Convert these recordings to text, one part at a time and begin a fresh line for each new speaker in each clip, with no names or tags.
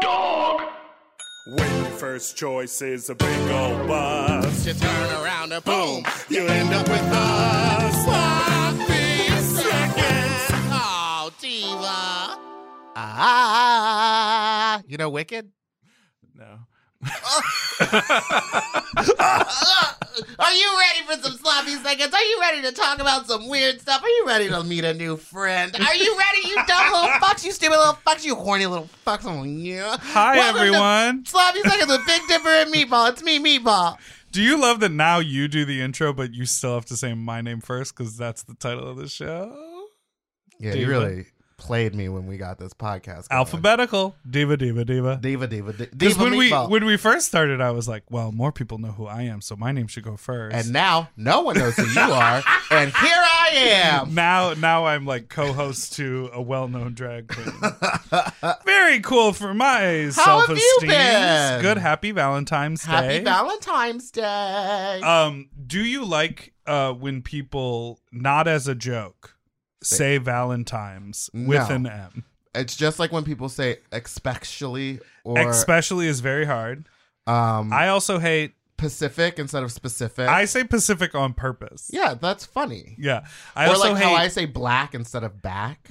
Dog.
When your first choice is a big old bus,
You turn around and boom, you end up with us. Sloppy seconds. Oh, Diva. Ah, you know Wicked?
No.
Uh, Are you ready for some sloppy seconds? Are you ready to talk about some weird stuff? Are you ready to meet a new friend? Are you ready, you dumb little fucks, you stupid little fucks, you horny little fucks? Oh, yeah.
Hi,
Welcome to
everyone.
sloppy seconds with Big Dipper and Meatball. It's me, Meatball.
Do you love that now you do the intro, but you still have to say my name first because that's the title of the show?
Yeah,
you Diva. really
played me when we got this podcast.
Alphabetical. Diva, diva, diva.
Diva, diva, di-
Because
diva,
when we
meatball.
when we first started, I was like, well, more people know who I am, so my name should go first.
and now no one knows who you are, and here I am.
now now I'm like co-host to a well-known drag queen. Very cool for my
How have you
self-esteem.
been?
Good, happy Valentine's Day.
Happy Valentine's Day.
Um, do you like uh when people not as a joke say Valentine's with
No.
an M?
it's just like when people say especially or
Especially is very hard.
um
I also hate
Pacific instead of specific.
I say Pacific on purpose.
yeah, that's funny.
Yeah. I
or
also
like
hate
how I say black instead of back.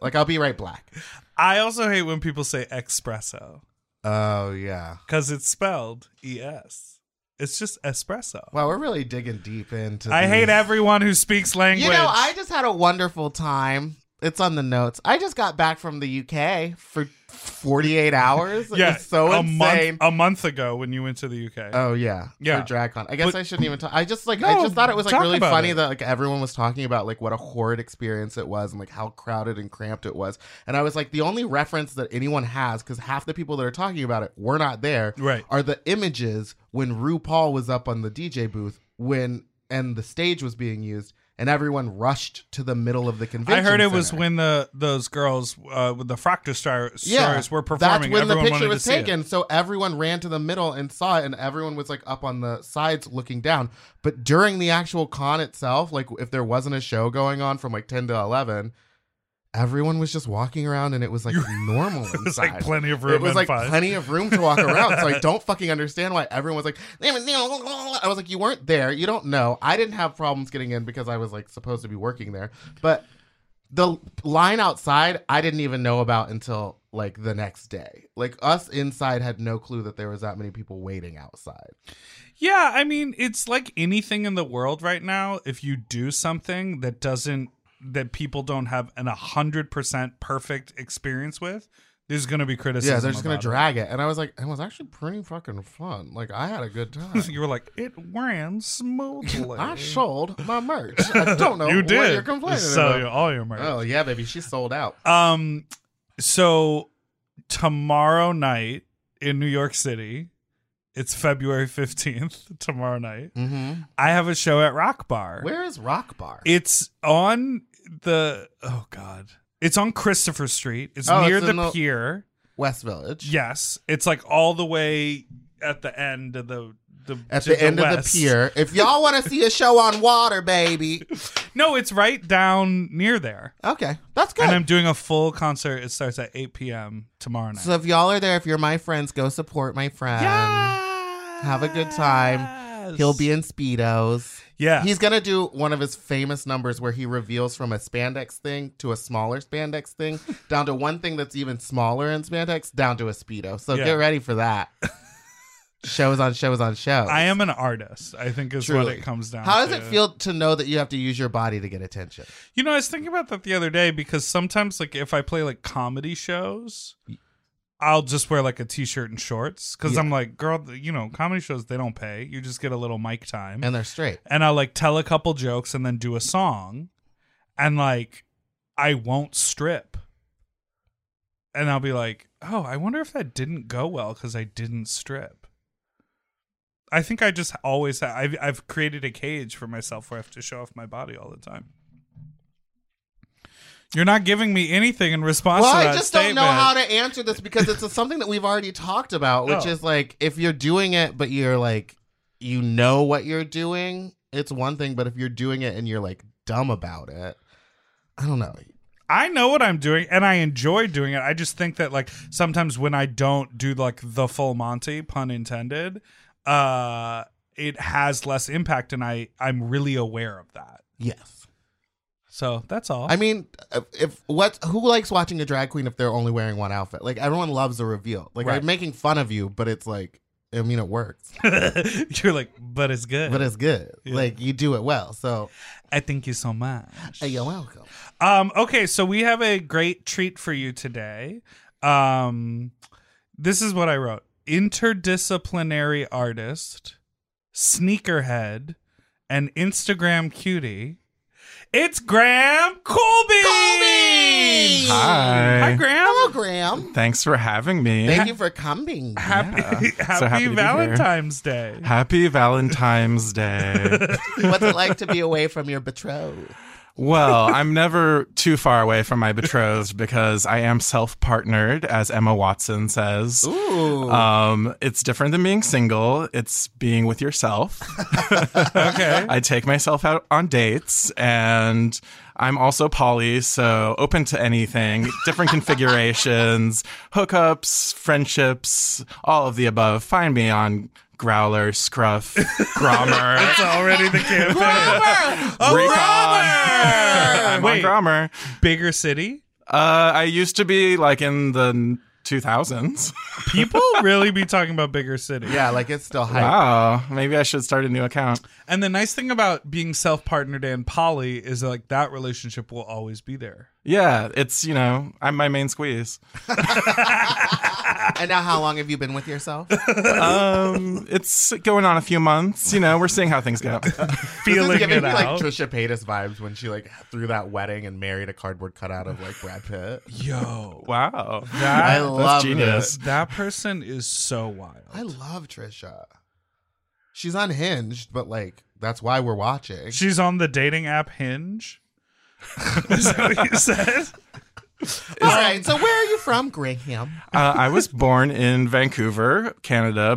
like I'll be right black.
I also hate when people say espresso
Oh yeah.
cuz it's spelled ES. It's just espresso.
Wow, we're really digging deep into.
I hate
these.
everyone who speaks language.
You know, I just had a wonderful time. It's on the notes. I just got back from the UK for 48 hours. It
yeah,
was so
a
insane.
month a month ago when you went to the UK.
Oh yeah,
Yeah.
For DragCon, I guess
But-
I shouldn't even talk. I just like
No,
I just thought it was like
talk
really
about
funny
it.
that like everyone was talking about like what a horrid experience it was and like how crowded and cramped it was. And I was like, the only reference that anyone has because half the people that are talking about it were not there.
Right.
Are the images when RuPaul was up on the DJ booth when and the stage was being used and everyone rushed to the middle of the convention.
I heard it was
center.
when the those girls uh, with the Fractor Star stars were performing.
That's when
Everyone
the picture
wanted
was
to see it.
taken. So everyone ran to the middle and saw it, and everyone was like up on the sides looking down. But during the actual con itself, like if there wasn't a show going on from like 10 to 11, everyone was just walking around and it was like normal
It was
inside.
like plenty of room.
it was
and
like
fun.
plenty of room to walk around, so I don't fucking understand why everyone was like. I was like, you weren't there, you don't know. I didn't have problems getting in because I was like supposed to be working there, but the line outside I didn't even know about until like the next day. Like us inside had no clue that there was that many people waiting outside.
Yeah, I mean, it's like anything in the world right now. If you do something that doesn't that people don't have an hundred percent perfect experience with, there's going to be criticism.
yeah, they're just gonna
about it.
drag it. And I was like, it was actually pretty fucking fun. Like I had a good time.
You were like, it ran smoothly.
I sold my merch. I don't know
you
what
did.
you're complaining
Sell
about.
your- all your merch.
Oh yeah, baby, she sold out.
Um, so tomorrow night in New York City, it's February 15th, tomorrow night.
Mm-hmm.
I have a show at Rock Bar.
Where is Rock Bar?
It's on the, oh God. It's on Christopher Street. It's
Oh,
near
it's
the,
in the-
pier.
West Village.
Yes. It's like all the way at the end of the, the
At
to
the end of the
west.
pier. If y'all want to see a show on water, baby.
No, it's right down near there.
Okay. That's good.
And I'm doing a full concert. It starts at 8 p.m. tomorrow night.
so if y'all are there, if you're my friends, go support my friend. Um, Have a good time. He'll be in Speedos.
Yeah.
He's going to do one of his famous numbers where he reveals from a spandex thing to a smaller spandex thing, down to one thing that's even smaller in spandex, down to a Speedo. So
Yeah.
get ready for that. shows on shows on shows.
I am an artist. I think is what
Truly.
it comes down.
How
to.
does it feel to know that you have to use your body to get attention?
You know, I was thinking about that the other day because sometimes, like, if I play like comedy shows, I'll just wear like a t-shirt and shorts because
Yeah.
I'm like, girl, you know, comedy shows they don't pay. You just get a little mic time, and,
And they're straight.
I'll like tell a couple jokes and then do a song, and like, I won't strip, and I'll be like, oh, I wonder if that didn't go well because I didn't strip. I think I just always ha- I've I've created a cage for myself where I have to show off my body all the time. You're not giving me anything in response
Well,
to that
I just don't know
statement.
how to answer this because it's a, something that we've already talked about, which
Oh.
is like if you're doing it, but you're like, you know what you're doing, it's one thing. But if you're doing it and you're like dumb about it, I don't know.
I know what I'm doing and I enjoy doing it. I just think that like sometimes when I don't do like the full Monty, pun intended, uh it has less impact and I I'm really aware of that.
Yes.
So that's all.
I mean, if- if what who likes watching a drag queen if they're only wearing one outfit? Like everyone loves a reveal. Like
Right.
I'm making fun of you, but it's like I mean it works,
You're like, but it's good.
but it's good.
Yeah.
Like you do it well. So
I thank you so much.
hey, you're welcome.
Um, okay, so we have a great treat for you today. Um, this is what I wrote interdisciplinary artist, sneakerhead, and Instagram cutie. It's Graham Colby.
Colby!
Hi.
Hi, Graham.
Hello, Graham.
Thanks for having me.
Thank you for coming.
Happy, happy,
So happy to be here.
Valentine's Day.
Happy Valentine's Day.
What's it like to be away from your betrothed?
well, I'm never too far away from my betrothed because I am self partnered, as Emma Watson says.
Ooh.
Um, it's different than being single. It's being with yourself.
Okay.
I take myself out on dates, and I'm also poly, so open to anything, different configurations, hookups, friendships, all of the above. Find me on Growler, Scruff, Grommer.
It's already the campaign. Oh,
Recon.
Grommer!
I'm
Wait.
on Grommer.
Bigger city.
Uh, I used to be like in the 2000s.
People really be talking about bigger city.
yeah, like it's still hype.
Wow, maybe I should start a new account.
And the nice thing about being self partnered and poly is like that relationship will always be there.
Yeah, it's you know I'm my main squeeze.
And now, how long have you been with yourself?
Um, it's going on a few months. You know, we're seeing how things go.
this is
Feeling
giving
it
me
out.
like Trisha Paytas vibes when she like threw that wedding and married a cardboard cutout of like Brad Pitt.
Yo,
Wow,
I
that,
love
genius.
that person is so wild.
I love Trisha. She's unhinged, but like that's why we're watching.
She's on the dating app Hinge. is that what you said?
All right, so where are you from, Graham?
Uh, I was born in Vancouver, Canada,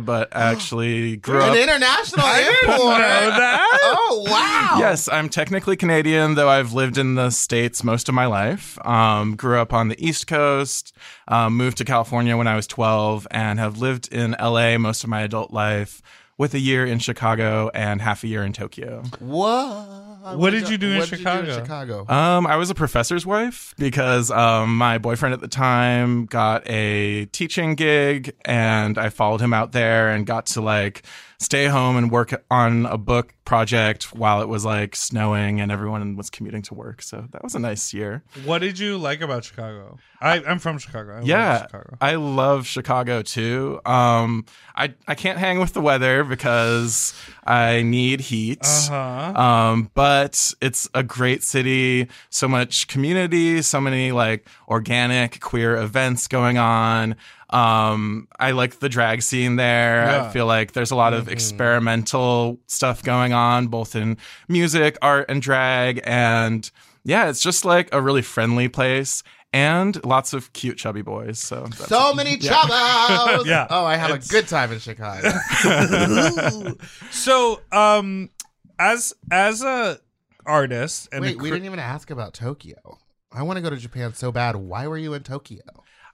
but actually grew
You're an
up.
international airport. Oh wow!
Yes, I'm technically Canadian, though I've lived in the States most of my life. Um, grew up on the East Coast, um, moved to California when I was 12, and have lived in LA most of my adult life with a year in Chicago and half a year in Tokyo.
What?
What did you do in
what did you do
Chicago?
in Chicago?
Um, I was a professor's wife because um, my boyfriend at the time got a teaching gig, and I followed him out there and got to like stay home and work on a book project while it was like snowing and everyone was commuting to work. So that was a nice year.
What did you like about Chicago? I, I'm from Chicago. I love
yeah,
Chicago.
I love Chicago too. Um, I I can't hang with the weather because I need heat.
Uh-huh.
Um, but it's a great city, so much community, so many like organic queer events going on. Um, I like the drag scene there.
Yeah.
I feel like there's a lot of experimental stuff going on, both in music, art, and drag. And yeah, it's just like a really friendly place and lots of cute chubby boys. So that's
so many chavos.
Yeah.
Oh, I have a good time in Chicago.
So, um, as as a artist and a
Wait, we
cr-
didn't even ask about Tokyo. I want to go to Japan so bad. Why were you in Tokyo?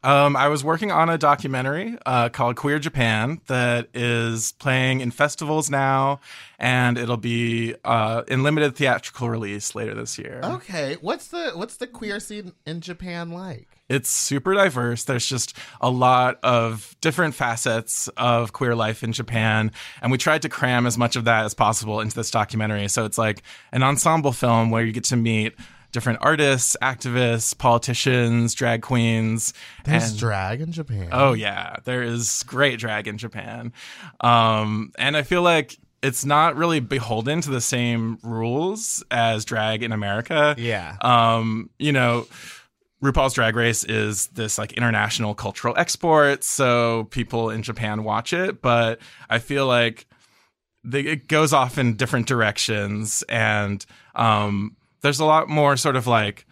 Um, I was working on a documentary uh, called Queer Japan that is playing in festivals now, and it'll be uh, in limited theatrical release later this year.
Okay, what's the what's the queer scene in Japan like?
It's super diverse. There's just a lot of different facets of queer life in Japan, and we tried to cram as much of that as possible into this documentary. So it's like an ensemble film where you get to meet different artists, activists, politicians, drag queens.
There's
and-
drag in Japan.
Oh yeah, there is great drag in Japan, um, and I feel like it's not really beholden to the same rules as drag in America.
yeah.
Um, you know, RuPaul's Drag Race is this like international cultural export, so people in Japan watch it, but I feel like the, it goes off in different directions and um there's a lot more sort of like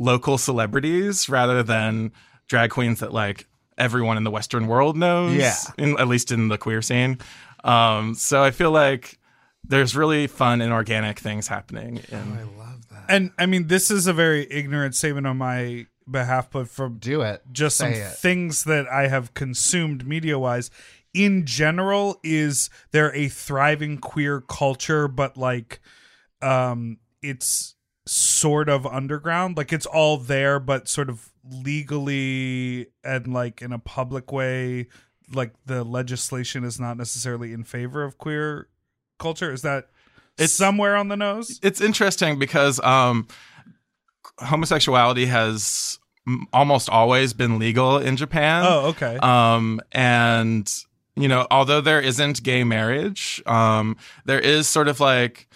local celebrities rather than drag queens that like everyone in the western world knows
Yeah.
in, at least in the queer scene um so i feel like there's really fun and organic things happening in
And I mean, this is a very ignorant statement on my behalf, but from
Do it.
just some
Say it.
things that I have consumed media wise. In general, is there a thriving queer culture, but like um it's sort of underground? Like it's all there, but sort of legally and like in a public way, like the legislation is not necessarily in favor of queer culture. Is that
It's-
somewhere on the nose?
it's interesting because um, homosexuality has m- almost always been legal in Japan.
Oh, okay.
Um, and you know, although there isn't gay marriage, um, there is sort of like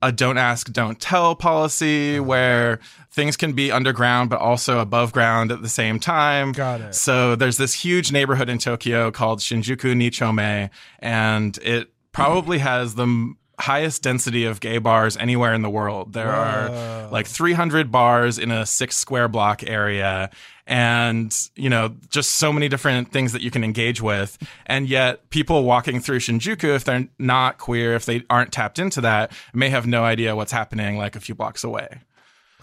a don't ask, don't tell policy
Mm-hmm.
where things can be underground but also above ground at the same time.
Got it.
So there's this huge neighborhood in Tokyo called Shinjuku Nichome, and it probably has the m- highest density of gay bars anywhere in the world. There are like 300 bars in a six square block area, and you know, just so many different things that you can engage with. And yet, people walking through Shinjuku, if they're not queer, if they aren't tapped into that, may have no idea what's happening like a few blocks away.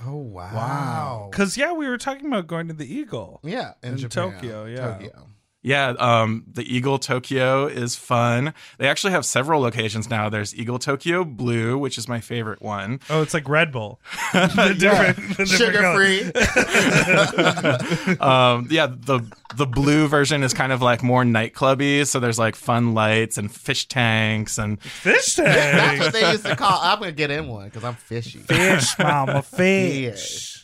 Oh wow. Wow.
Because yeah, we were talking about going to the Eagle.
Yeah, in,
In
Japan.
Tokyo, yeah.
Tokyo.
Yeah, um, the Eagle Tokyo is fun. They actually have several locations now. There's Eagle Tokyo Blue, which is my favorite one.
Oh, it's like Red Bull. the different, the different
Sugar
color.
free.
Um, yeah, the the blue version is kind of like more nightclubby. So there's like fun lights and fish tanks and
fish
That's
tank.
what they used to call. I'm gonna get in one because I'm fishy.
fish, mama,
fish.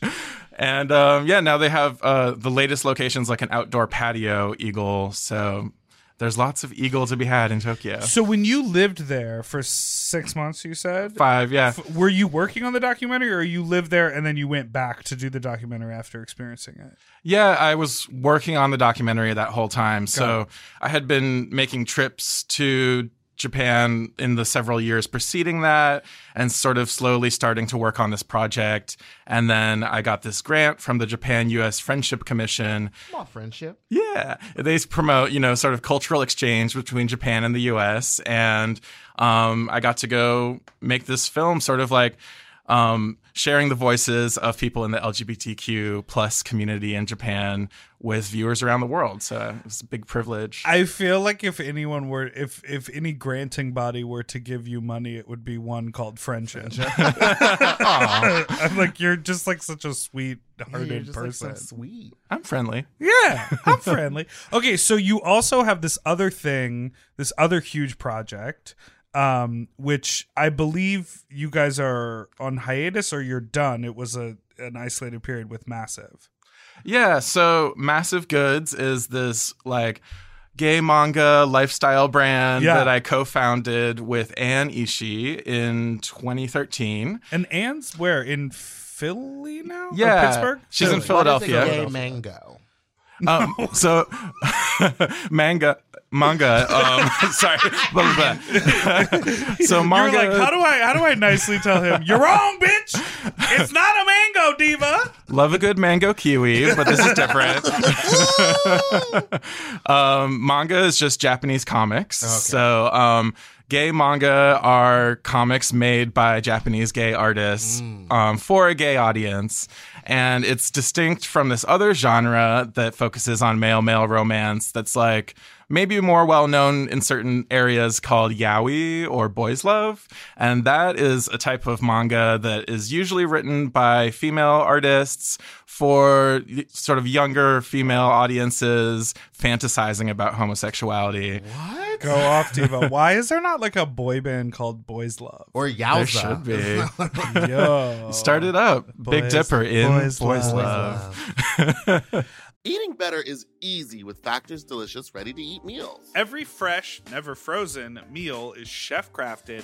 and um, yeah. Now they have uh, the latest locations like an outdoor patio Eagle. So there's lots of Eagle to be had in Tokyo.
So when you lived there for six months, you said,
Five, yeah.
F- were you working on the documentary, or you lived there and then you went back to do the documentary after experiencing it?
Yeah, I was working on the documentary that whole time. So I had been making trips to Japan in the several years preceding that and sort of slowly starting to work on this project. And then I got this grant from the Japan US Friendship Commission.
Come on, friendship.
Yeah, they promote, you know, sort of cultural exchange between Japan and the US. And um, I got to go make this film sort of like. Um, sharing the voices of people in the LGBTQ plus community in Japan with viewers around the world, so it's a big privilege.
I feel like if anyone were, if if any granting body were to give you money, it would be one called friendship. I'm like, you're just like such a
You're
sweet-hearted
just like
person.
so sweet.
I'm friendly.
Yeah, I'm friendly. Okay, so you also have this other thing, this other huge project, um, which I believe you guys are on hiatus or you're done. It was a an isolated period with Massive.
Yeah, so Massive Goods is this like gay manga lifestyle brand
Yeah.
that I co-founded with Anne Ishii in 2013.
And Anne's where in Philly now? Or
Yeah,
Pittsburgh.
she's in
Philly.
What is a
Philadelphia.
Gay mango.
Um, so manga manga um sorry blah, blah, blah. so manga
You're like, how do I how do I nicely tell him you're wrong, bitch? It's not a mango, diva.
love a good mango kiwi but this is different um manga is just japanese comics so um gay manga are comics made by japanese gay artists
Mm.
um, for a gay audience and it's distinct from this other genre that focuses on male male romance that's like maybe more well known in certain areas called yaoi or boys love. And that is a type of manga that is usually written by female artists for y- sort of younger female audiences fantasizing about homosexuality.
What?
Go off, diva. Why is there not like a boy band called Boys Love?
Or
There
yowza.
should be.
Yo,
Started up Big
Boys-
Dipper in
Boys
Boys,
Love.
Love.
Eating better is easy with Factor's delicious ready to eat meals.
Every fresh, never frozen meal is chef crafted,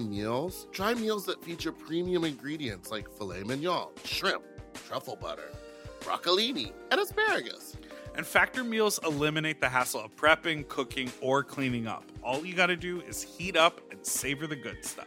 meals? Try meals that feature premium ingredients like filet mignon, shrimp, truffle butter, broccolini, and asparagus.
And Factor meals eliminate the hassle of prepping, cooking, or cleaning up. All you got to do is heat up and savor the good stuff.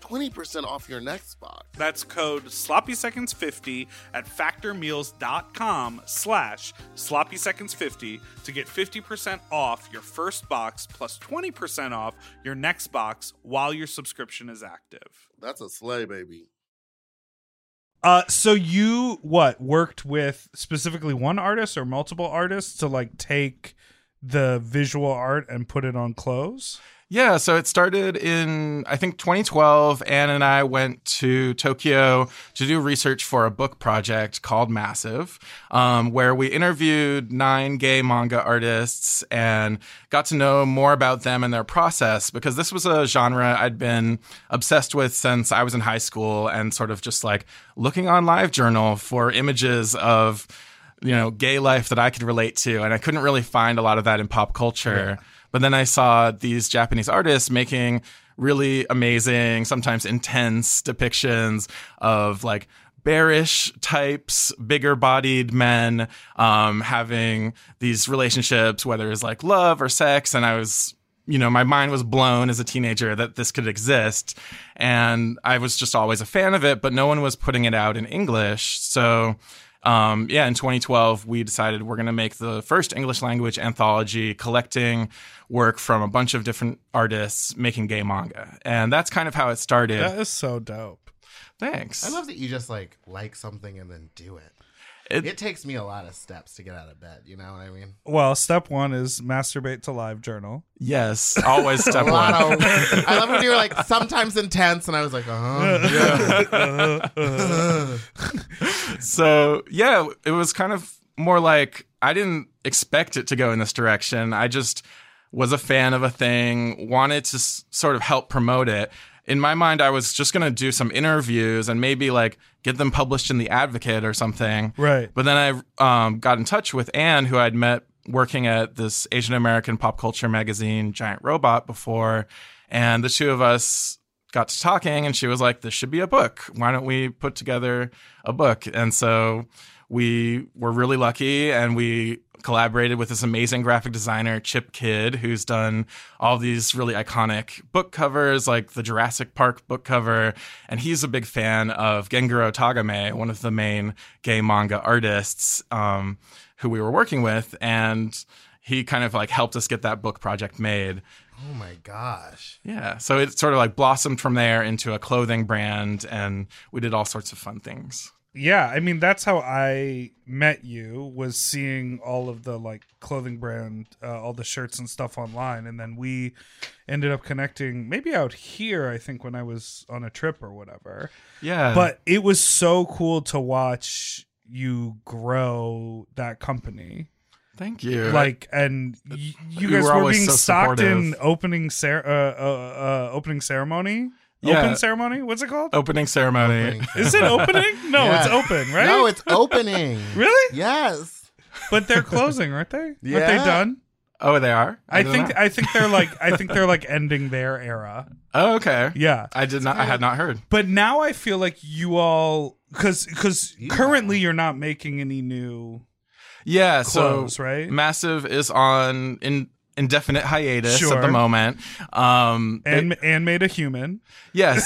20% off your next box.
That's code sloppyseconds50 at factormeals.com slash sloppyseconds50 to get 50% off your first box plus 20% off your next box while your subscription is active.
That's a sleigh, baby.
Uh, so you what worked with specifically one artist or multiple artists to like take the visual art and put it on clothes?
Yeah, so it started in I think 2012. Anne and I went to Tokyo to do research for a book project called Massive, um, where we interviewed nine gay manga artists and got to know more about them and their process. Because this was a genre I'd been obsessed with since I was in high school, and sort of just like looking on LiveJournal for images of you know, gay life that I could relate to. And I couldn't really find a lot of that in pop culture. But then I saw these Japanese artists making really amazing, sometimes intense depictions of like bearish types, bigger bodied men um, having these relationships, whether it's like love or sex. And I was you know, my mind was blown as a teenager that this could exist. And I was just always a fan of it, but no one was putting it out in English. So, um, yeah, in 2012, we decided we're going to make the first English language anthology collecting work from a bunch of different artists making gay manga. And that's kind of how it started.
is so dope.
Thanks.
I love that you just like like something and then do it.
It-
It, takes me a lot of steps to get out of bed. You know what I mean?
Well, step one is masturbate to live journal.
yes, always
A
step
lot
one.
of. I love when you were like sometimes intense, and I was like, uh
uh-huh.
huh.
so yeah, it was kind of more like I didn't expect it to go in this direction. I just was a fan of a thing, wanted to s- sort of help promote it. In my mind, I was just going to do some interviews and maybe like get them published in The Advocate or something.
Right.
But then I um, got in touch with Anne, who I'd met working at this Asian American pop culture magazine, Giant Robot, before. And the two of us got to talking, and she was like, This should be a book. Why don't we put together a book? And so we were really lucky and we collaborated with this amazing graphic designer, Chip Kidd, who's done all these really iconic book covers, like the Jurassic Park book cover. And he's a big fan of Genguro Tagame, one of the main gay manga artists um, who we were working with. And he kind of like helped us get that book project made.
Oh my gosh.
Yeah. So it sort of like blossomed from there into a clothing brand, and we did all sorts of fun things.
yeah i mean that's how i met you was seeing all of the like clothing brand uh, all the shirts and stuff online and then we ended up connecting maybe out here i think when i was on a trip or whatever
Yeah.
but it was so cool to watch you grow that company
thank you.
like and y- you
You
guys
were
were,
always
being
so
stocked in
supportive.
opening cer- uh, uh, uh, opening ceremony
Yeah. Oh.
open ceremony what's it called
opening ceremony.
is it opening no
Yeah.
it's open right
No, it's opening.
really
Yes.
but they're closing aren't they aren't they
Yeah.
done
Oh, they are.
I,
did
think
not-
I think they're like I think they're like ending their era.
oh, okay.
Yeah.
I did not. I had not heard.
But now I feel like you all cuz cuz currently you're not making any new
Yeah.
clothes,
so
right?
massive is on in indefinite hiatus
Sure.
at the moment. Um, they-
and and made a human.
Yes.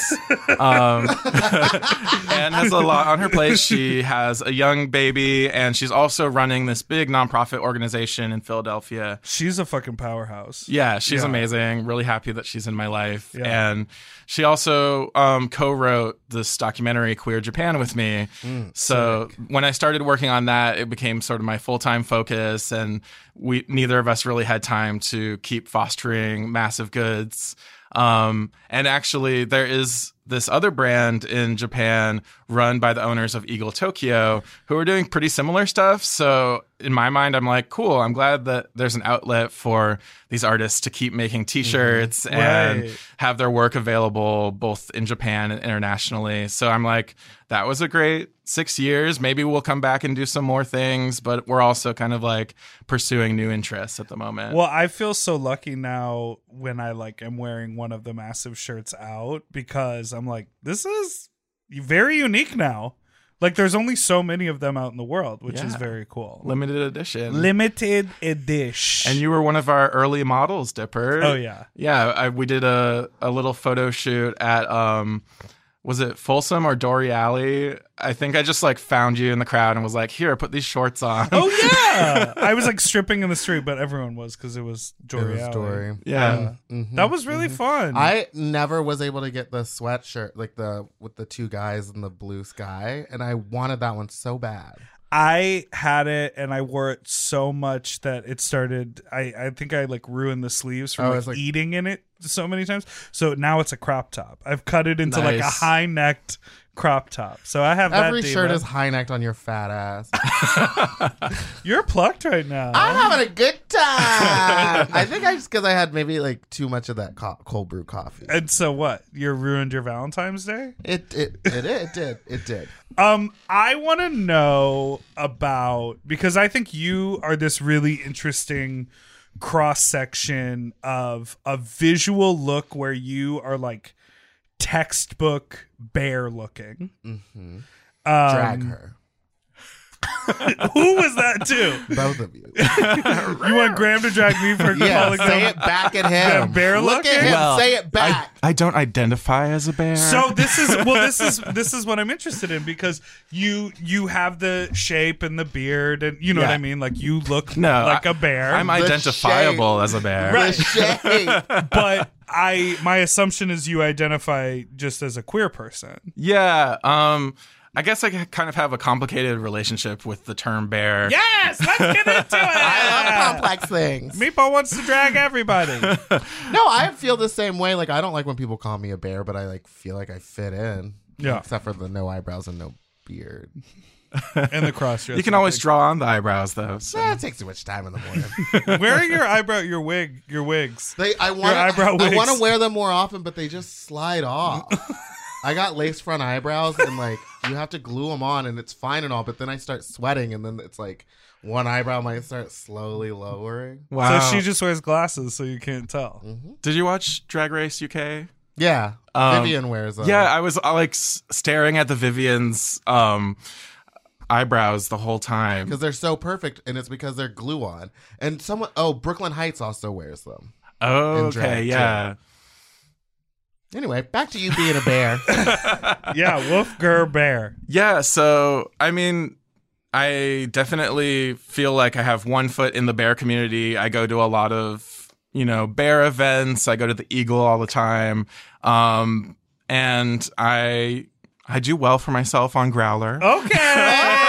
Um, Anne has a lot on her plate. She has a young baby, and she's also running this big nonprofit organization in Philadelphia.
She's a fucking powerhouse.
Yeah, she's
Yeah.
amazing. Really happy that she's in my life.
Yeah.
And she also um, co wrote this documentary, Queer Japan, with me. so when I started working on that, it became sort of my full time focus. And we neither of us really had time to keep fostering massive goods. Um, and actually, there is this other brand in Japan run by the owners of Eagle Tokyo who are doing pretty similar stuff. So, in my mind, I'm like, cool, I'm glad that there's an outlet for these artists to keep making t shirts and
Mm-hmm. Right.
have their work available both in Japan and internationally. So, I'm like, that was a great six years. Maybe we'll come back and do some more things, but we're also kind of like pursuing new interests at the moment.
Well, I feel so lucky now when I like am wearing one of the massive shirts out because I'm like, this is very unique now. Like there's only so many of them out in the world, which is
Yeah.
very cool.
limited edition.
Limited edition.
and you were one of our early models, Dipper.
Oh yeah.
Yeah, I, we did a, a little photo shoot at um was it Folsom or Dory Alley? I think I just like found you in the crowd and was like, "Here, put these shorts on."
Oh yeah. I was like stripping in the street, but everyone was because it was Dory.
It was
Alley.
Dory.
yeah.
Mhm.
That was really
Mm-hmm.
fun.
Mm-hmm. I never was able to get the sweatshirt, like the with the two guys and the blue sky, and I wanted that one so bad.
I had it and I wore it so much that it started. I I think I like ruined the sleeves from
Oh,
like,
it's like-
eating in it so many times. So now it's a crop top. I've cut it into like a
Nice.
high necked crop top. So I have
Every
that.
shirt
Dima.
is high necked on your fat ass.
You're plucked right now.
I'm having a good time. I think I just because I had maybe like too much of that co- cold brew coffee.
and so what? You ruined your Valentine's Day.
It it it, it did it did.
Um, I want to know about because I think you are this really interesting cross section of a visual look where you are like textbook bear looking. Um,
Drag her,
Who was that too?
both of you.
You want Graham to drag me for
Yeah,
calling them?
say it back at him.
bear
Look
looking?
at him.
Well,
say it
I,
back.
I don't identify as a bear.
So this is well this is this is what I'm interested in because you you have the shape and the beard and you know what
Yeah.
I mean like you look
no,
like
a
a bear.
I'm identifiable as a bear.
The shade.
but I my assumption is you identify just as a queer person.
Yeah. Um. I guess I kind of have a complicated relationship with the term bear.
Yes, let's get into it.
I love complex things.
Meatball wants to drag everybody.
No, I feel the same way. Like I don't like when people call me a bear, but I like feel like I fit in.
Yeah.
Except for the no eyebrows and no beard.
and the cross
You can always draw on the eyebrows, though. so-
That takes too much time in the morning.
Where are your eyebrow your wig your wigs?
they, I want.
eyebrow
I,
wigs.
want to wear them more often, but they just slide off. I got lace front eyebrows, and like you have to glue them on, and it's fine and all. But then I start sweating, and then it's like one eyebrow might start slowly lowering.
Wow.
So she just wears glasses so you can't tell.
Did you watch Drag Race UK?
Yeah,
Um,
Vivian wears them.
Yeah, I was uh, like s- staring at the Vivian's um, eyebrows the whole time.
because they're so perfect, and it's because they're glue on. And someone, oh, Brooklyn Heights also wears them.
Oh,
in drag,
okay,
too.
yeah.
Anyway, back to you being a bear.
Yeah, wolf ger bear.
Yeah, so I mean, I definitely feel like I have one foot in the bear community. I go to a lot of, you know, bear events. I go to the Eagle all the time. Um, and I I do well for myself on Growler.
Okay.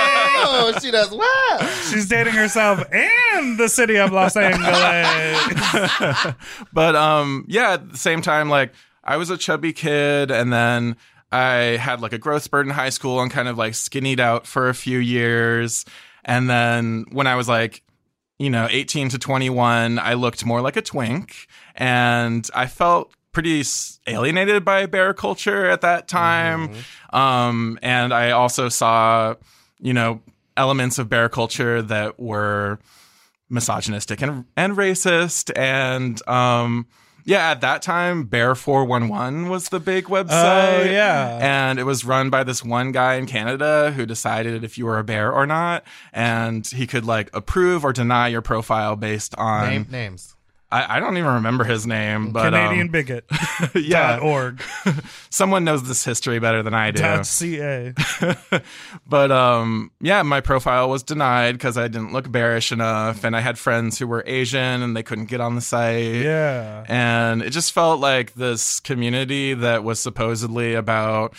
Oh, she does well.
She's dating herself and the city of Los Angeles.
but um yeah at the same time like i was a chubby kid and then i had like a growth spurt in high school and kind of like skinnied out for a few years and then when i was like you know 18 to 21 i looked more like a twink and i felt pretty s- alienated by bear culture at that time
Mm-hmm.
um and i also saw you know elements of bear culture that were misogynistic and and racist and um yeah at that time bear 411 was the big website
Oh, yeah.
and it was run by this one guy in Canada who decided if you were a bear or not and he could like approve or deny your profile based on
Name names.
I, I don't even remember his name but
Canadian
um,
bigot.
yeah
Dot org.
someone knows this history better than I do
Dot ca.
but um yeah my profile was denied because i didn't look bearish enough and i had friends who were asian and they couldn't get on the site
Yeah.
and it just felt like this community that was supposedly about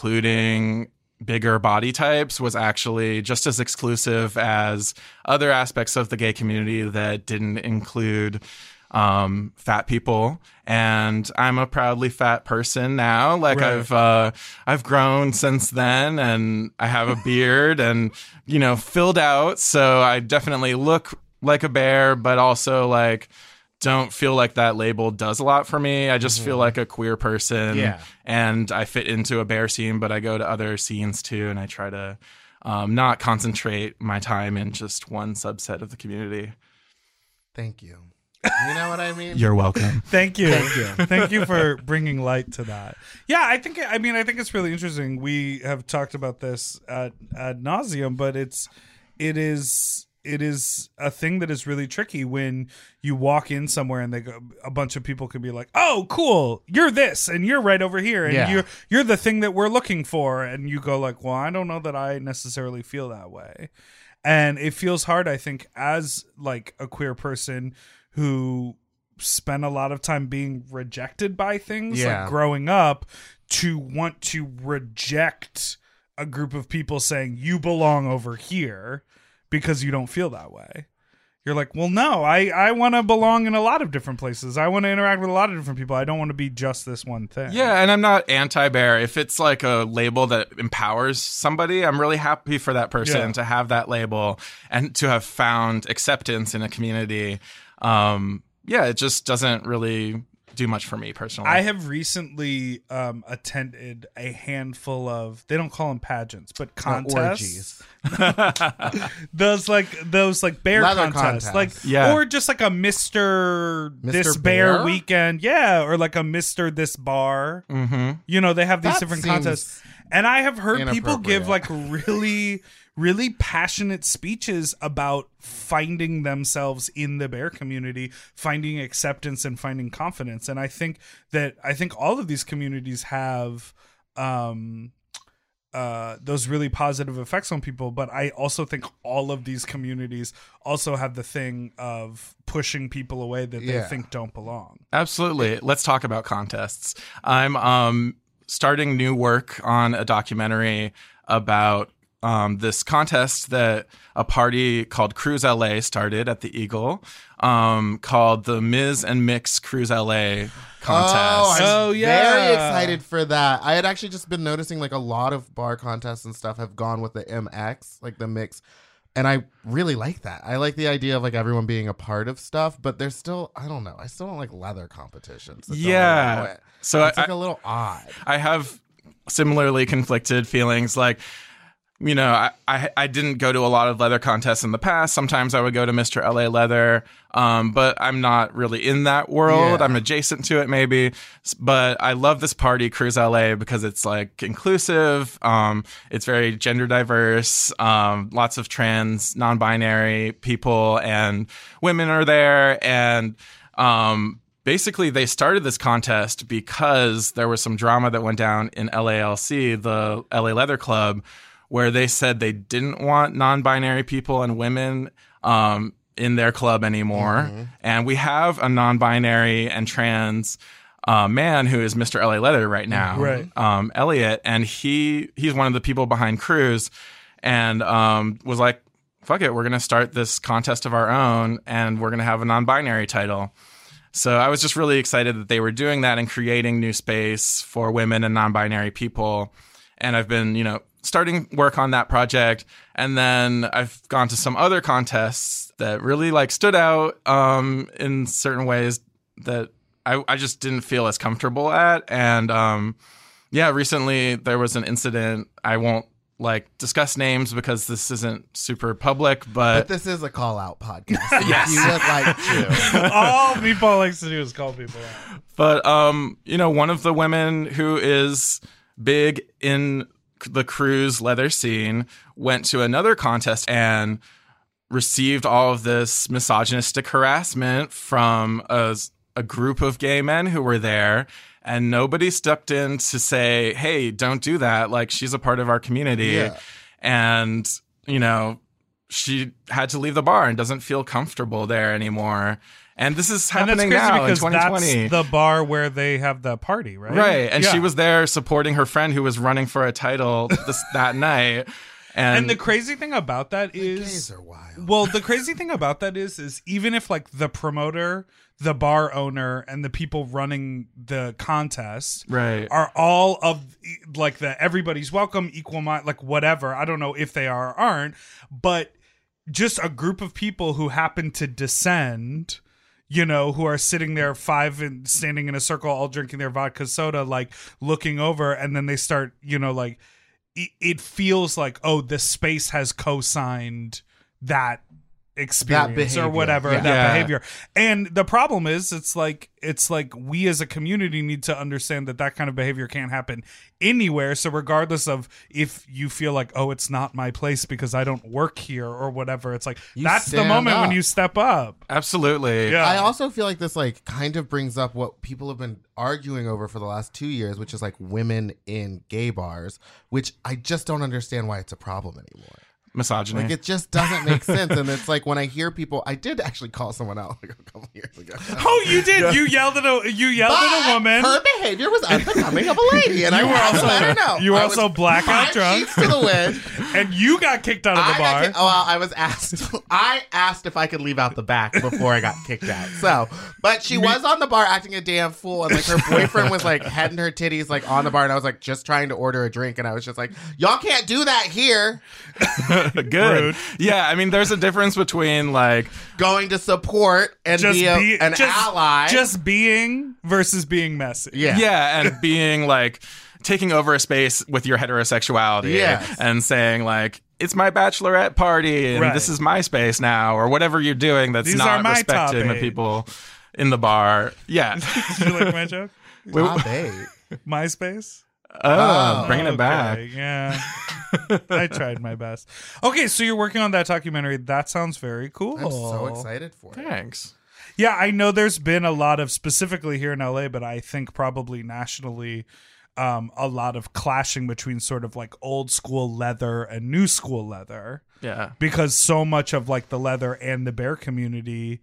including bigger body types was actually just as exclusive as other aspects of the gay community that didn't include um fat people and i'm a proudly fat person now like
Right.
i've uh i've grown since then and i have a beard and you know filled out so i definitely look like a bear but also like don't feel like that label does a lot for me. I just feel like a queer person.
Yeah.
And I fit into a bear scene, but I go to other scenes too. And I try to um, not concentrate my time in just one subset of the community.
Thank you. You know what I mean?
You're welcome.
Thank you.
Thank you.
Thank you for bringing light to that. Yeah, I think I mean I think it's really interesting. We have talked about this at ad nauseum, but it's it is it is a thing that is really tricky when you walk in somewhere and they go a bunch of people could be like, "Oh, cool. You're this and you're right over here and
Yeah.
you're you're the thing that we're looking for." And you go like, "Well, I don't know that I necessarily feel that way." and it feels hard i think as like a queer person who spent a lot of time being rejected by things
Yeah.
like growing up to want to reject a group of people saying you belong over here because you don't feel that way you're like well no i i want to belong in a lot of different places i want to interact with a lot of different people i don't want to be just this one thing
yeah. And I'm not anti bear. If it's like a label that empowers somebody, I'm really happy for that person
Yeah.
to have that label and to have found acceptance in a community. Um, yeah. It just doesn't really do much for me personally.
I have recently um, attended a handful of they don't call them pageants, but contests.
orgies.
those like those like bear
Leather
contests,
contests.
like
Yeah.
or just like a Mister
Mr.
This Bear?
Bear?
Weekend, yeah, or like a Mister This Bar.
hmm
You know, they have these
That
different
seems
contests. And I have heard people give
inappropriate.
like really, really passionate speeches about finding themselves in the bear community, finding acceptance and finding confidence. And I think that I think all of these communities have um uh, those really positive effects on people, but I also think all of these communities also have the thing of pushing people away that they
Yeah.
think don't belong.
Absolutely. Let's talk about contests. I'm um, starting new work on a documentary about um, this contest that a party called Cruise LA started at the Eagle um, called the Ms. and Mix Cruise LA contest.
Oh, I'm
Oh, yeah.
very excited for that. I had actually just been noticing like a lot of bar contests and stuff have gone with the MX, like the mix. And I really like that. I like the idea of like everyone being a part of stuff, but there's still I don't know. I still don't like leather competitions. that don't
Yeah.
allow it.
So
it's
I-
like a little odd.
I have similarly conflicted feelings. Like, you know, I, I I didn't go to a lot of leather contests in the past. Sometimes I would go to Mr. LA Leather, um, but I'm not really in that world.
Yeah.
I'm adjacent to it maybe, S- but I love this party, Cruise LA, because it's like inclusive. Um, it's very gender diverse. Um, lots of trans, non-binary people and women are there, and um, basically they started this contest because there was some drama that went down in LALC, the LA Leather Club, where they said they didn't want non-binary people and women um, in their club anymore. And we have a non-binary and trans uh, man who is Mr. LA Leather right now,
Right.
Um, Elliot, and he he's one of the people behind Cruise, and um, was like, "Fuck it, we're gonna start this contest of our own, and we're gonna have a non-binary title." So I was just really excited that they were doing that and creating new space for women and non-binary people. And I've been, you know, starting work on that project. And then I've gone to some other contests that really like stood out um, in certain ways that I, I just didn't feel as comfortable at. And um, yeah, recently there was an incident. I won't like discuss names because this isn't super public,
But
but
this is a call out podcast. yes. you would like to.
All Meatball likes to do is call people out.
But um, you know, one of the women who is big in the cruise leather scene went to another contest and received all of this misogynistic harassment from a, a group of gay men who were there and nobody stepped in to say hey don't do that like she's a part of our community
Yeah.
and you know she had to leave the bar and doesn't feel comfortable there anymore and this is
And that's
happening
crazy
now in
because
2020
that's the bar where they have the party, right?
Right. And she
Yeah.
was there supporting her friend who was running for a title this, that night. And,
And the crazy thing about that is,
Gays are wild.
well, the crazy thing about that is, is even if like the promoter, the bar owner, and the people running the contest
right.
are all of e, like the everybody's welcome, equal mind, like whatever. I don't know if they are or aren't, but just a group of people who happen to descend, you know, who are sitting there five and standing in a circle, all drinking their vodka soda, like looking over, and then they start, you know, like it, it feels like oh, this space has co-signed that experience or
behavior.
whatever
Yeah.
that
Yeah.
behavior and the problem is it's like it's like we as a community need to understand that that kind of behavior can't happen anywhere so regardless of if you feel like oh it's not my place because i don't work here or whatever it's like
You
that's the
stand
moment when
up.
you step up
Absolutely.
yeah
I also feel like this like kind of brings up what people have been arguing over for the last two years, which is like women in gay bars, which I just don't understand why it's a problem anymore.
Misogyny.
Like it just doesn't make sense. And it's like when I hear people, I did actually call someone out like a couple years ago.
oh you did you yelled at a you yelled at a woman
Her behavior was unbecoming of a lady, and I
You were
had to
also-
let her know.
you were
I
also
was
blackout
five
drunk.
sheets to the wind.
and you got kicked out of the
I
bar
got ki- well, I was asked. I asked if I could leave out the back before I got kicked out. So, but she was on the bar acting a damn fool, and like her boyfriend was like heading her titties like on the bar, and I was like just trying to order a drink, and I was just like, "Y'all can't do that here."
Good.
Rude.
Yeah. I mean, there's a difference between like,
Going to support and
just
be, a-
be
an
just,
ally.
just being versus being messy
yeah, Ah,
yeah, and being like taking over a space with your heterosexuality
Yes.
and saying like, it's my bachelorette party and
Right.
this is my space now or whatever you're doing that's
These are
not
my
respecting the
topics.
people in the bar. Yeah.
Did you like my joke
Ah, babe.
myspace
oh, bringing
Okay,
it back.
Yeah. I tried my best. Okay, so you're working on that documentary. That sounds very cool.
I'm so excited for it.
Thanks.
Yeah, I know there's been a lot of specifically here in LA, but I think probably nationally um, a lot of clashing between sort of like old school leather and new school leather
Yeah.
because so much of like the leather and the bear community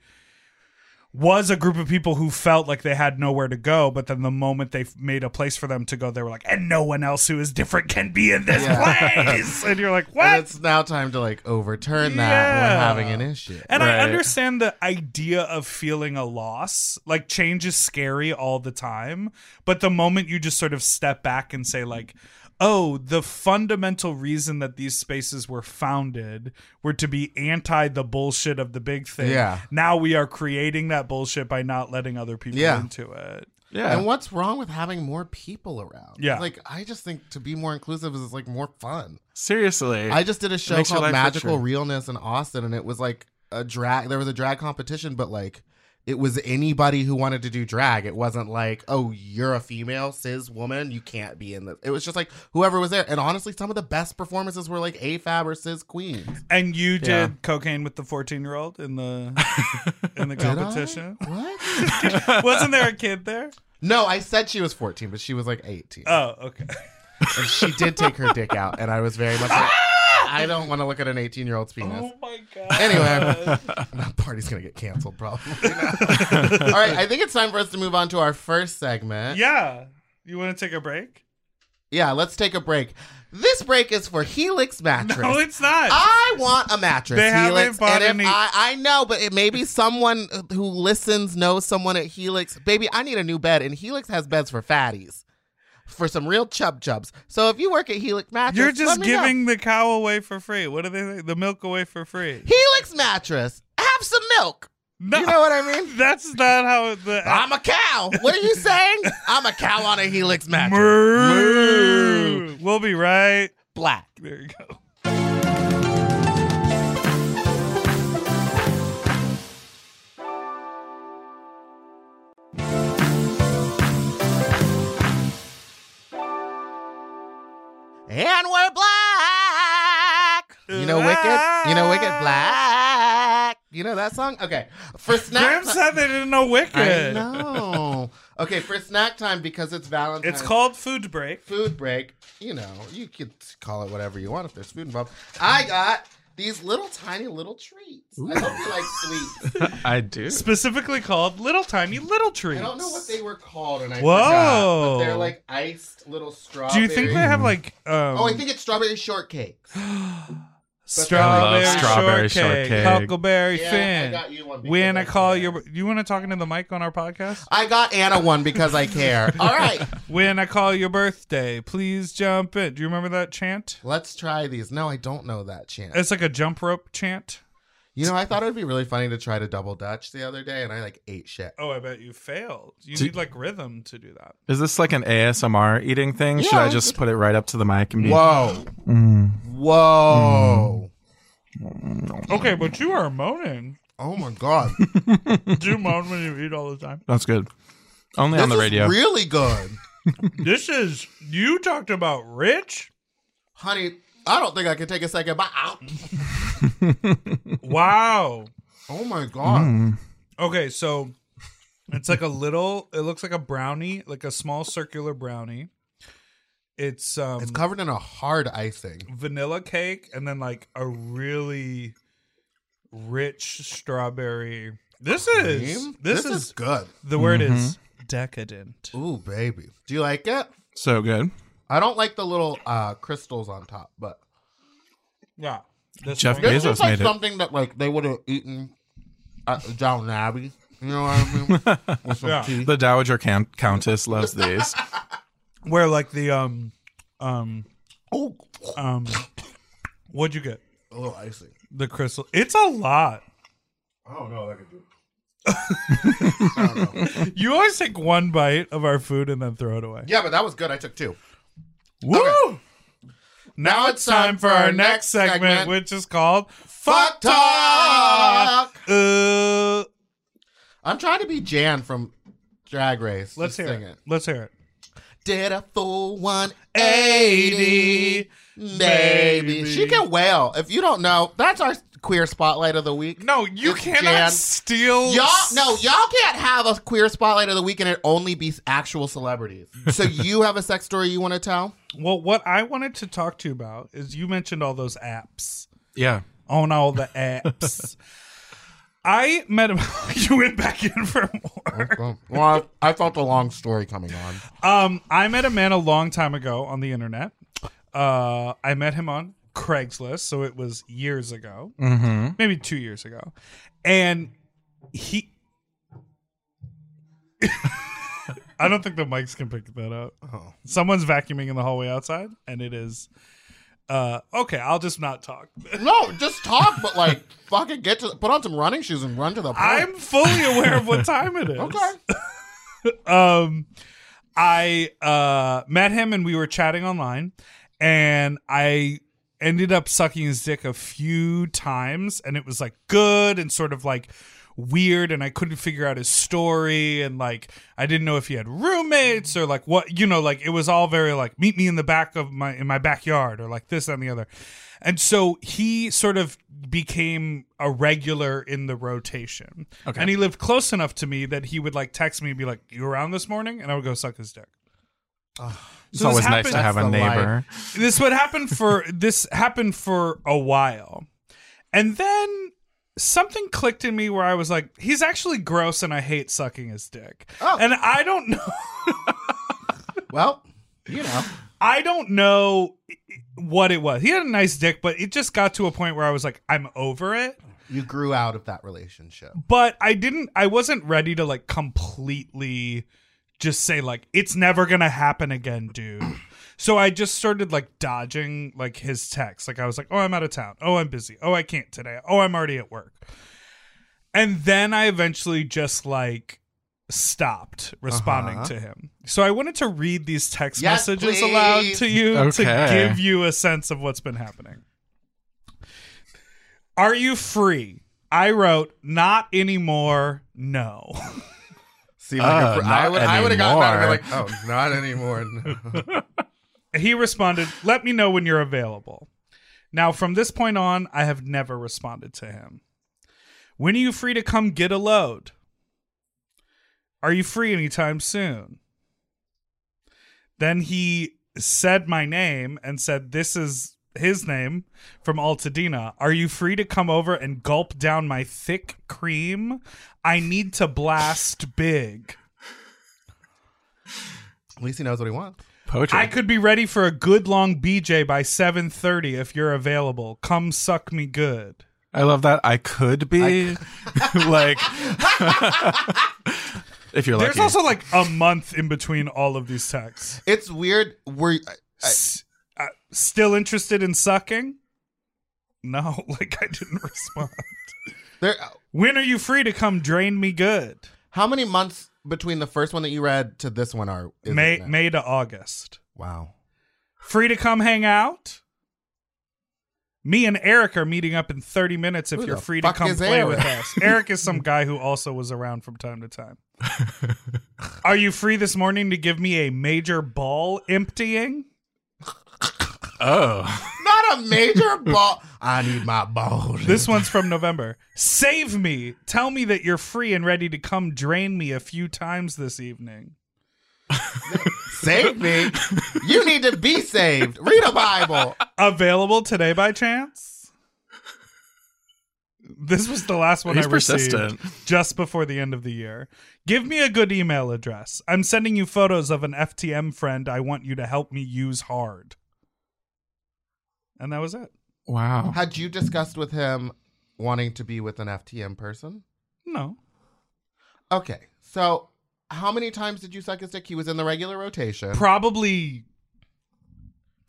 was a group of people who felt like they had nowhere to go, but then the moment they f- made a place for them to go, they were like, "And no one else who is different can be in this place." and you're like, "What?"
And
And,
it's now time to like overturn that.
Yeah.
We're having an issue.
I
Right.
understand the idea of feeling a loss. Like change is scary all the time, but the moment you just sort of step back and say, like. Oh, the fundamental reason that these spaces were founded were to be anti the bullshit of the big thing.
Yeah.
Now we are creating that bullshit by not letting other people
Yeah.
into it.
Yeah.
And what's wrong with having more people around?
Yeah.
Like, I just think to be more inclusive is like more fun.
Seriously.
I just did a show
makes your
called
life
Magical
richer.
Realness in Austin, and it was like a drag. There was a drag competition, but like it was anybody who wanted to do drag. It wasn't like, oh, you're a female cis woman, you can't be in this. It was just like whoever was there. And honestly, some of the best performances were like AFAB or cis queens.
And you did
Yeah.
cocaine with the fourteen year old in the in the
Did I?
competition.
What?
Wasn't there a kid there?
no, I said she was 14, but she was like 18.
Oh, okay.
and she did take her dick out, and I was very much like, I don't want to look at an 18 year old's penis.
Oh my god.
Anyway, that party's gonna get canceled probably. All right, I think it's time for us to move on to our first segment.
Yeah. You want to take a break?
Yeah, let's take a break. This break is for Helix mattress.
No, it's not.
I want a mattress.
They haven't
Helix.
bought
and
any-
if I, I know, but it maybe someone who listens knows someone at Helix. Baby, I need a new bed, and Helix has beds for fatties, for some real chub chubs. So if you work at Helix mattress,
You're
let
just
me know.
giving the cow away for free. What do they say? The milk away for free.
Helix mattress. Have some milk.
No,
You know what I mean?
that's not how the
I'm a cow. What are you saying? I'm a cow on a Helix mattress.
Moo. We'll be right.
Black.
There you go.
And we're black. You know Wicked? You know Wicked? Black. You know that song? Okay. For snack
Graham
time.
said they didn't know Wicked.
I know. Okay, for snack time because it's Valentine's
It's called Food Break.
food break. You know, you could call it whatever you want if there's food involved. I got these little tiny little treats. I hope you like sweets.
I do.
Specifically called Little Tiny Little Treats.
I don't know what they were called and I
Whoa.
forgot. But they're like iced little strawberries.
Do you think they have like um,
Oh, I think it's strawberry shortcake.
strawberry,
I love
strawberry
shortcake,
shortcake.
Huckleberry
Yeah,
Finn?
I got you one. because
when I call
care.
your, you want to talk into the mic on our podcast?
I got Anna one because I care. All right,
When I call your birthday, please jump in. Do you remember that chant?
let's try these. No, I don't know that chant.
It's like a jump rope chant.
You know, I thought it would be really funny to try to double Dutch the other day, and I like ate shit.
Oh, I bet you failed. You
Do-
need like rhythm to do that.
Is this like an ASMR eating thing? Should
Yeah.
I just put it right up to the mic and be?
Whoa,
Mm.
whoa!
Okay, but you are moaning.
Oh my god,
Do you moan when you eat all the time?
That's good. Only on the
This is
radio.
really good,
This is you talked about rich.
honey. I don't think I can take a second bite. Ow.
Wow.
Oh my god,
Mm.
Okay, so it's like a little. It looks like a brownie, like a small circular brownie. It's um,
it's covered in a hard icing.
vanilla cake and then like a really rich strawberry. This is
Cream?
this, is,
good.
the word is decadent.
Ooh, baby, do you like it?
So good.
I don't like the little uh, crystals on top, but
Yeah. This
Jeff
one-
Bezos
This is like
made it.
something that like they would have eaten at the Down Abbey. You know what I mean? With some
Yeah.
tea.
The Dowager Count- Countess loves these.
where like the um um
Oh,
um what'd you get?
a little icing.
The crystal. It's a lot.
I don't know. That could do.
You always take one bite of our food and then throw it away.
Yeah, but that was good. I took two.
Woo!
Okay.
Now it's time for our next segment,
segment.
which is called
Fuck talk.
Uh,
I'm trying to be Jan from Drag Race.
let's
Just
hear
sing
it. Let's hear it.
Did a full 180, baby.
Baby.
She can wail. If you don't know, that's our queer spotlight of the week.
No, you
It's
cannot
Jan.
steal.
Y'all, no, y'all can't have a queer spotlight of the week and it only be actual celebrities. So you have a sex story you want to tell?
Well, what I wanted to talk to you about is you mentioned all those apps.
Yeah.
On all the apps. I met him. you went back in for more.
Well, I, I felt a long story coming on.
Um, I met a man a long time ago on the internet. Uh, I met him on Craigslist, so it was years ago,
Mm-hmm.
maybe two years ago, and he. I don't think the mics can pick that up. Someone's vacuuming in the hallway outside, and it is. Uh, okay, I'll just not talk.
No, just talk, but like fucking get to put on some running shoes and run to the. Point.
I'm fully aware of what time it is.
okay.
um i uh met him and we were chatting online and i ended up sucking his dick a few times and it was like good and sort of like weird and i couldn't figure out his story and like i didn't know if he had roommates or like what you know like it was all very like meet me in the back of my in my backyard or like this that, and the other and so he sort of became a regular in the rotation
Okay.
and he lived close enough to me that he would like text me and be like you around this morning and i would go suck his dick
It's
So this
always nice
happened-
to have a
That's the life.
neighbor.
this would happen for this happened for a while and then something clicked in me where i was like he's actually gross and i hate sucking his dick
Oh.
and i don't know
Well, you know,
i don't know what it was he had a nice dick but it just got to a point where i was like i'm over it
you grew out of that relationship.
but i didn't i wasn't ready to like completely just say like it's never gonna happen again dude so i just started like dodging like his texts like i was like oh i'm out of town oh i'm busy oh i can't today oh i'm already at work and then i eventually just like stopped responding
Uh-huh.
to him so i wanted to read these text
Yes,
messages aloud
please.
to you to
Okay.
give you a sense of what's been happening are you free? I wrote, not anymore. No.
See, like
Uh,
a fr- I
not
would I would have gotten out of it like,
anymore.
oh, not anymore. no.
he responded, let me know when you're available. Now, from this point on, I have never responded to him. When are you free to come get a load? Are you free anytime soon? Then he said my name and said, This is his name from Altadena. Are you free to come over and gulp down my thick cream? I need to blast big.
At least he knows what he wants.
Poetry.
I could be ready for a good long BJ by 7:30 if you're available. Come suck me good.
I love that. I could be like if you're
There's
lucky.
also like a month in between all of these texts.
It's weird. We're
S- uh, still interested in sucking? No, like I didn't respond.
there.
When are you free to come drain me good?
How many months between the first one that you read to this one are? is it
May
now?
May to August.
Wow.
Free to come hang out? Me and Eric are meeting up in 30 minutes if
Who
you're
the
free to
fuck
come
is
play
Eric?
with us. Eric is some guy who also was around from time to time. are you free this morning to give me a major ball emptying?
oh.
Not a major ball. I need my ball.
This one's from November. Save me. Tell me that you're free and ready to come drain me a few times this evening.
save me. You need to be saved. Read a Bible.
Available today by chance? This was the last one
He's
I received.
persistent.
just before the end of the year. Give me a good email address. I'm sending you photos of an FTM friend I want you to help me use hard. And that was it.
Wow.
Had you discussed with him wanting to be with an FTM person?
No.
Okay. So, how many times did you suck his dick? He was in the regular rotation.
Probably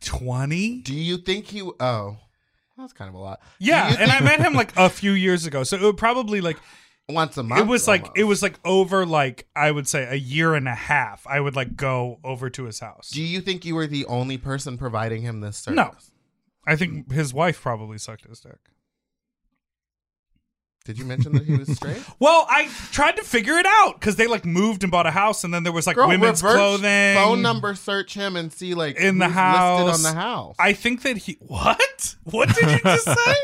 20?
Do you think he? Oh, that's kind of a lot. Do you
Yeah,
think-
and I met him like a few years ago. So it would probably like
once a month.
it was like it
almost.
was like over like I would say a year and a half. I would like go over to his house.
Do you think you were the only person providing him this service?
No. I think his wife probably sucked his dick.
Did you mention that he was straight?
Well, I tried to figure it out because they like moved and bought a house, and then there was like
Girl,
women's
reverse
clothing,
phone number, search him, and see like
in the
who's
house.
listed on the house.
I think that he. What? What did you just say?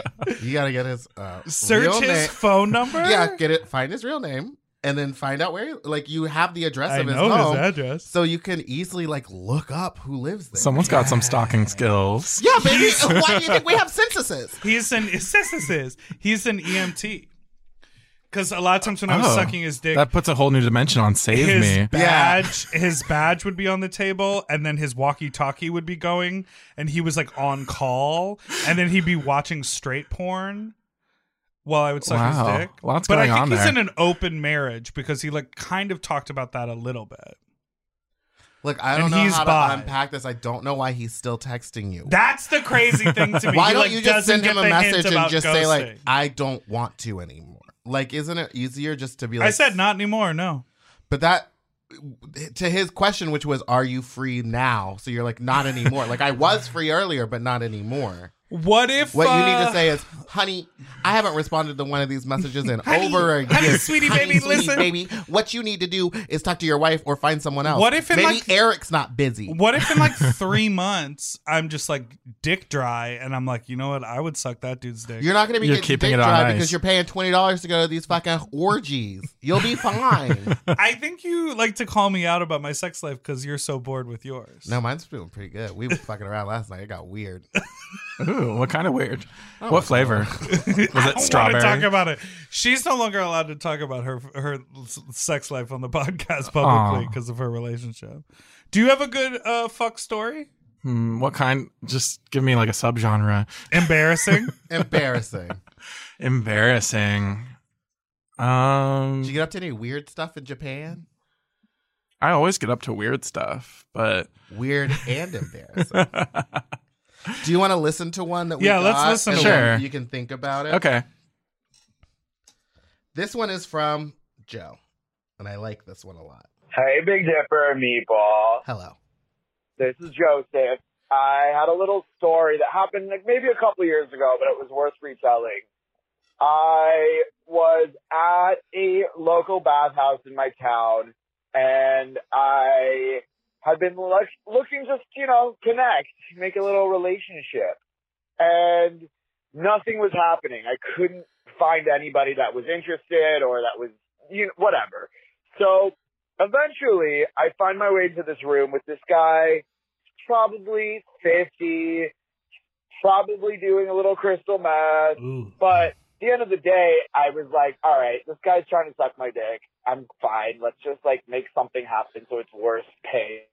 you gotta get his uh,
Search his
real name.
phone number.
Yeah, get it. Find his real name, and then find out where. He, like you have the address
I
of his
know
home,
his address.
so you can easily like look up who lives there.
Someone's got some stalking skills.
yeah, baby. Why do you think we have censuses?
He's an. This is his. He's an E EMT. Because a lot of times when I was
Oh.
sucking his dick,
That puts a whole new dimension on Save
his
Me.
Yeah.
badge, his badge would be on the table, and then his walkie-talkie would be going, and he was like on call, and then he'd be watching straight porn while I would suck
Wow.
his dick.
Lots
but
going
I think
on
he's
there.
in an open marriage because he like kind of talked about that a little bit.
Look, I don't
And
know
he's
how
bi.
to unpack this. I don't know why he's still texting you.
That's the crazy thing to me.
Why
He,
don't
like,
you just
doesn't
send him
get
a
the hint
message and
about
just say like,
ghosting.
"I don't want to anymore"? Like, isn't it easier just to be like?
I said not anymore. No,
but that to his question, which was, "Are you free now?" So you're like, "Not anymore." like I was free earlier, but not anymore.
what if
What you need
uh,
to say is, honey, I haven't responded to one of these messages in over a year.
honey, sweetie baby,
sweetie
listen."
baby, what you need to do is talk to your wife or find someone else.
What if in,
maybe
like-
Eric's not busy?
What if in like three months I'm just like dick dry and I'm like, you know what? I would suck that dude's dick.
You're not going to be
You're
getting
keeping
dick
it on
dry
ice.
because you're paying twenty dollars to go to these fucking orgies. You'll be fine.
I think you like to call me out about my sex life because you're so bored with yours.
no, mine's feeling pretty good. We were fucking around last night. It got weird.
Ooh, what kind of weird?
Oh.
what flavor? Was it
I
strawberry?
don't want to talk about it. She's no longer allowed to talk about her her s- sex life on the podcast publicly
Aw.
because of her relationship. Do you have a good uh, fuck story?
Hmm, what kind? Just give me like a subgenre.
Embarrassing.
Embarrassing.
Embarrassing. Um,
Did you get up to any weird stuff in Japan?
I always get up to weird stuff, but
Weird and embarrassing. Do you want to listen to one that we
Yeah, let's
got
listen
and
to
then
one.
You can think about it.
okay.
This one is from Joe, and I like this one a lot.
Hey, Big Dipper and Meatball.
Hello.
This is Joseph. I had a little story that happened like maybe a couple years ago, but it was worth retelling. I was at a local bathhouse in my town, and I had been look, looking just you know connect, make a little relationship, and nothing was happening. I couldn't find anybody that was interested or that was you know, whatever. So eventually I find my way into this room with this guy, probably 50, probably doing a little crystal meth.
Ooh.
But at the end of the day, I was like, all right, this guy's trying to suck my dick. I'm fine. Let's just like make something happen so it's worth paying.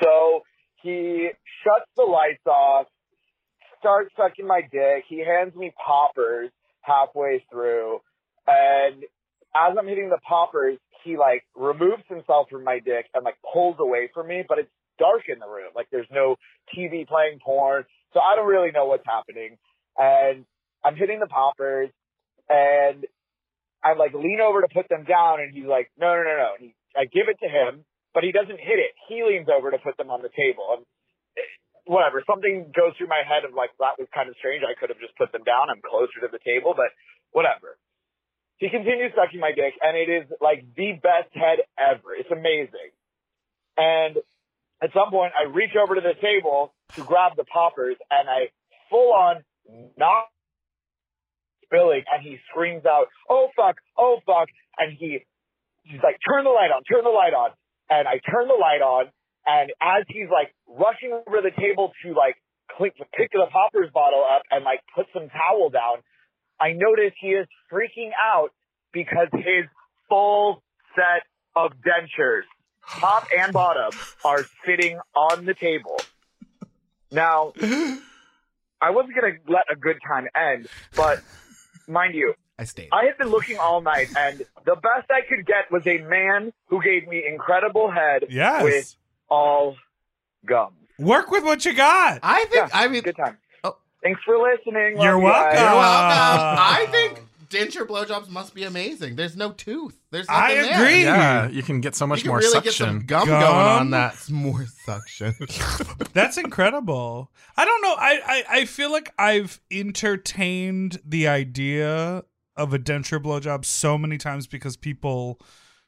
so he shuts the lights off, starts sucking my dick. He hands me poppers halfway through. And as I'm hitting the poppers, he like removes himself from my dick and like pulls away from me, but it's dark in the room. Like there's no TV playing porn. So I don't really know what's happening. And I'm hitting the poppers and I like lean over to put them down and he's like, no, no, no, no. And he, I give it to him, but he doesn't hit it. He leans over to put them on the table. And eh, whatever, something goes through my head of like, that was kind of strange. I could have just put them down. I'm closer to the table, but whatever. He continues sucking my dick, and it is like the best head ever. It's amazing. And at some point, I reach over to the table to grab the poppers, and I full on knock spilling, and he screams out, "Oh fuck! Oh fuck!" And he he's like, "Turn the light on! Turn the light on!" And I turn the light on, and as he's like rushing over the table to like click, pick the poppers bottle up and like put some towel down, I notice he is freaking out because his full set of dentures, top and bottom, are sitting on the table. Now, I wasn't going to let a good time end, but mind you,
I stayed.
I had been looking all night, and the best I could get was a man who gave me incredible head
Yes.
with all gums.
Work with what you got.
I think.
Yeah,
I mean,
good time.
Oh.
Thanks for listening.
You're
Love you
welcome.
guys.
You're welcome.
Uh,
I think denture blowjobs must be amazing. There's no tooth. There's
I
nothing there.
agree.
Yeah, you can get so
You
much
can
more
really get
suction.
some gum,
Gum.
going on that. It's more suction.
That's incredible. I don't know. I, I, I feel like I've entertained the idea of a denture blowjob so many times because people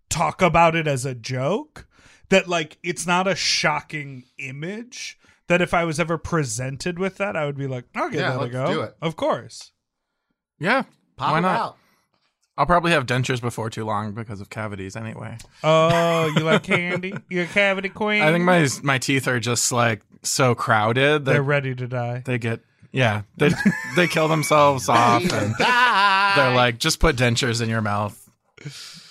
talk about it as a joke that like it's not a shocking image that if I was ever presented with that, I would be like, I'll give
Yeah,
that a
let's
go.
do it.
Of course.
yeah,
Pop
why
it
not?
out.
I'll probably have dentures before too long because of cavities anyway.
Oh, you like candy? You're a cavity queen?
I think my my teeth are just like so crowded
they're
that
ready to die.
they get yeah they they kill themselves off and they're like just put dentures in your mouth.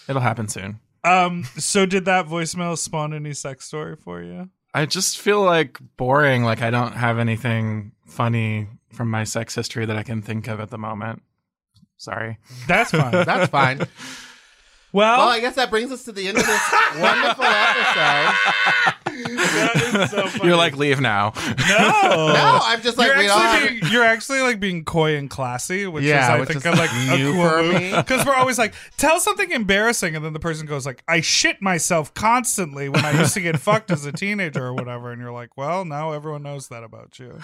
It'll happen soon.
Um, so did that voicemail spawn any sex story for you?
I just feel like boring. Like I don't have anything funny from my sex history that I can think of at the moment. Sorry.
That's fine.
That's fine. Well, I guess that brings us to the end of this wonderful episode.
That is so funny.
You're like leave now.
no.
No, Oh, I'm just like
you're,
we are.
actually being, you're actually like being coy and classy, which
Yeah,
is I
which
think
is
a, like
new
a cool
for
move.
me.
Because we're always like, tell something embarrassing, and then the person goes like, I shit myself constantly when I used to get fucked as a teenager or whatever, and you're like, well, now everyone knows that about you.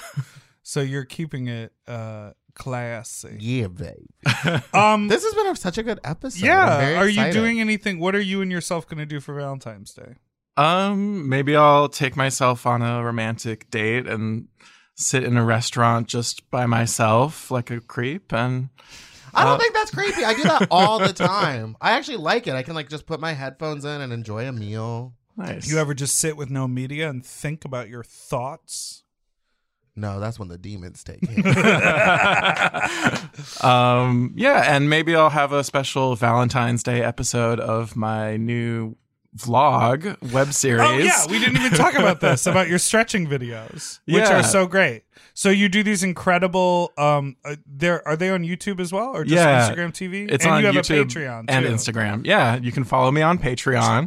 So you're keeping it uh, Classy.
Yeah, babe.
Um,
This has been a- such a good episode. I'm very
yeah. Are you
excited.
doing anything? What are you and yourself going to do for Valentine's Day?
Um, maybe I'll take myself on a romantic date and sit in a restaurant just by myself like a creep and
I don't
Uh,
think that's creepy. I do that all the time. I actually like it. I can like just put my headphones in and enjoy a meal.
nice.
You ever just sit with no media and think about your thoughts?
No, that's when the demons take him.
um yeah, and maybe I'll have a special Valentine's Day episode of my new vlog web series.
Oh yeah, we didn't even talk about this about your stretching videos, which
Yeah.
are so great. So you do these incredible. Um, uh, there are they on YouTube as well, or just
Yeah.
Instagram TV?
It's
and
on
you have
YouTube
a Patreon
and
too.
Instagram. Yeah, you can follow me on Patreon.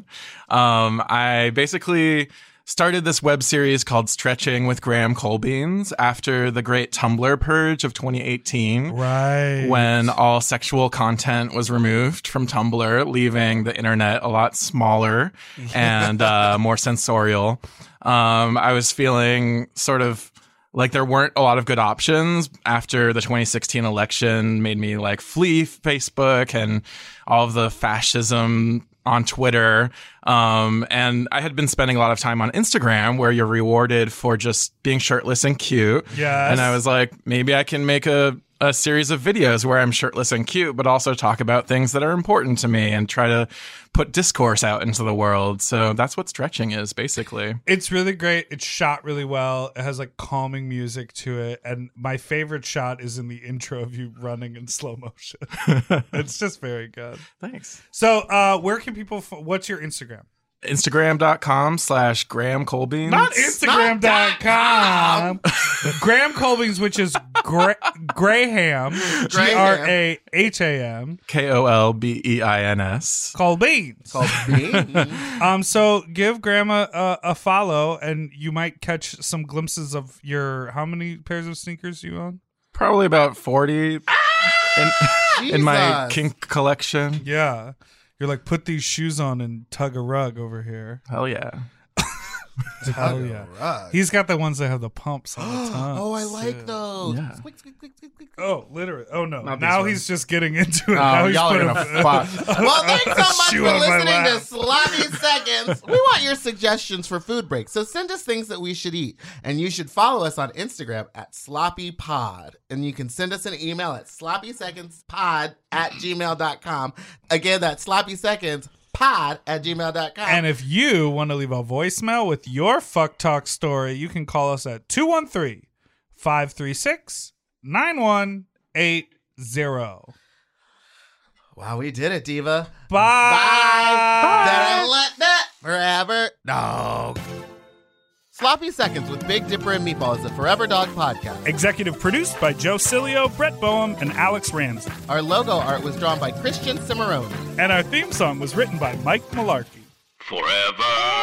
Um, I basically started this web series called Stretching with Graham Colbeans after the great Tumblr purge of 2018.
Right.
When all sexual content was removed from Tumblr, leaving the internet a lot smaller and uh, more sensorial. Um, I was feeling sort of like there weren't a lot of good options after the 2016 election made me like flee Facebook and all of the fascism on Twitter. Um, and I had been spending a lot of time on Instagram where you're rewarded for just being shirtless and cute.
Yes.
And I was like, maybe I can make a, a series of videos where I'm shirtless and cute, but also talk about things that are important to me and try to put discourse out into the world. So that's what stretching is basically.
It's really great. It's shot really well. It has like calming music to it. And my favorite shot is in the intro of you running in slow motion. it's just very good.
Thanks.
So, uh, where can people, f- what's your Instagram?
Instagram.com slash Graham Colbean.
Not Instagram.com. Graham Colbings, which is Gra- Graham, G R A H A M,
K O L B E I N S.
Colbings.
Called beans.
Um, so give Grandma a, a follow and you might catch some glimpses of your, how many pairs of sneakers you own?
Probably about 40 in, in my
Jesus.
kink collection.
Yeah. You're like, put these shoes on and tug a rug over here.
Hell yeah.
Hell
Tug a
yeah.
rug.
He's got the ones that have the pumps on the tongue.
oh, I like those.
Yeah.
Squeak, squeak, squeak, squeak, squeak.
Oh, literally. Oh, no.
Not these
now
ones.
he's just getting into it.
Oh,
now he's
y'all
putting
are gonna fuck. Well, thanks so much
Shoe
for
on my
listening
lap.
to Sloppy Seconds. We want your suggestions for food breaks, so send us things that we should eat. And you should follow us on Instagram at Sloppy Pod. And you can send us an email at sloppysecondspod at gmail.com. Again, that's sloppy seconds pod at gmail.com.
And if you want to leave a voicemail with your fuck talk story, you can call us at 213 536 9180.
wow, we did it, Diva.
Bye.
Bye. Let that forever dog. Sloppy Seconds with Big Dipper and Meatball is a Forever Dog podcast.
Executive produced by Joe Cilio, Brett Boehm, and Alex Ramsey.
Our logo art was drawn by Christian Cimarroni.
And our theme song was written by Mike Malarkey.
Forever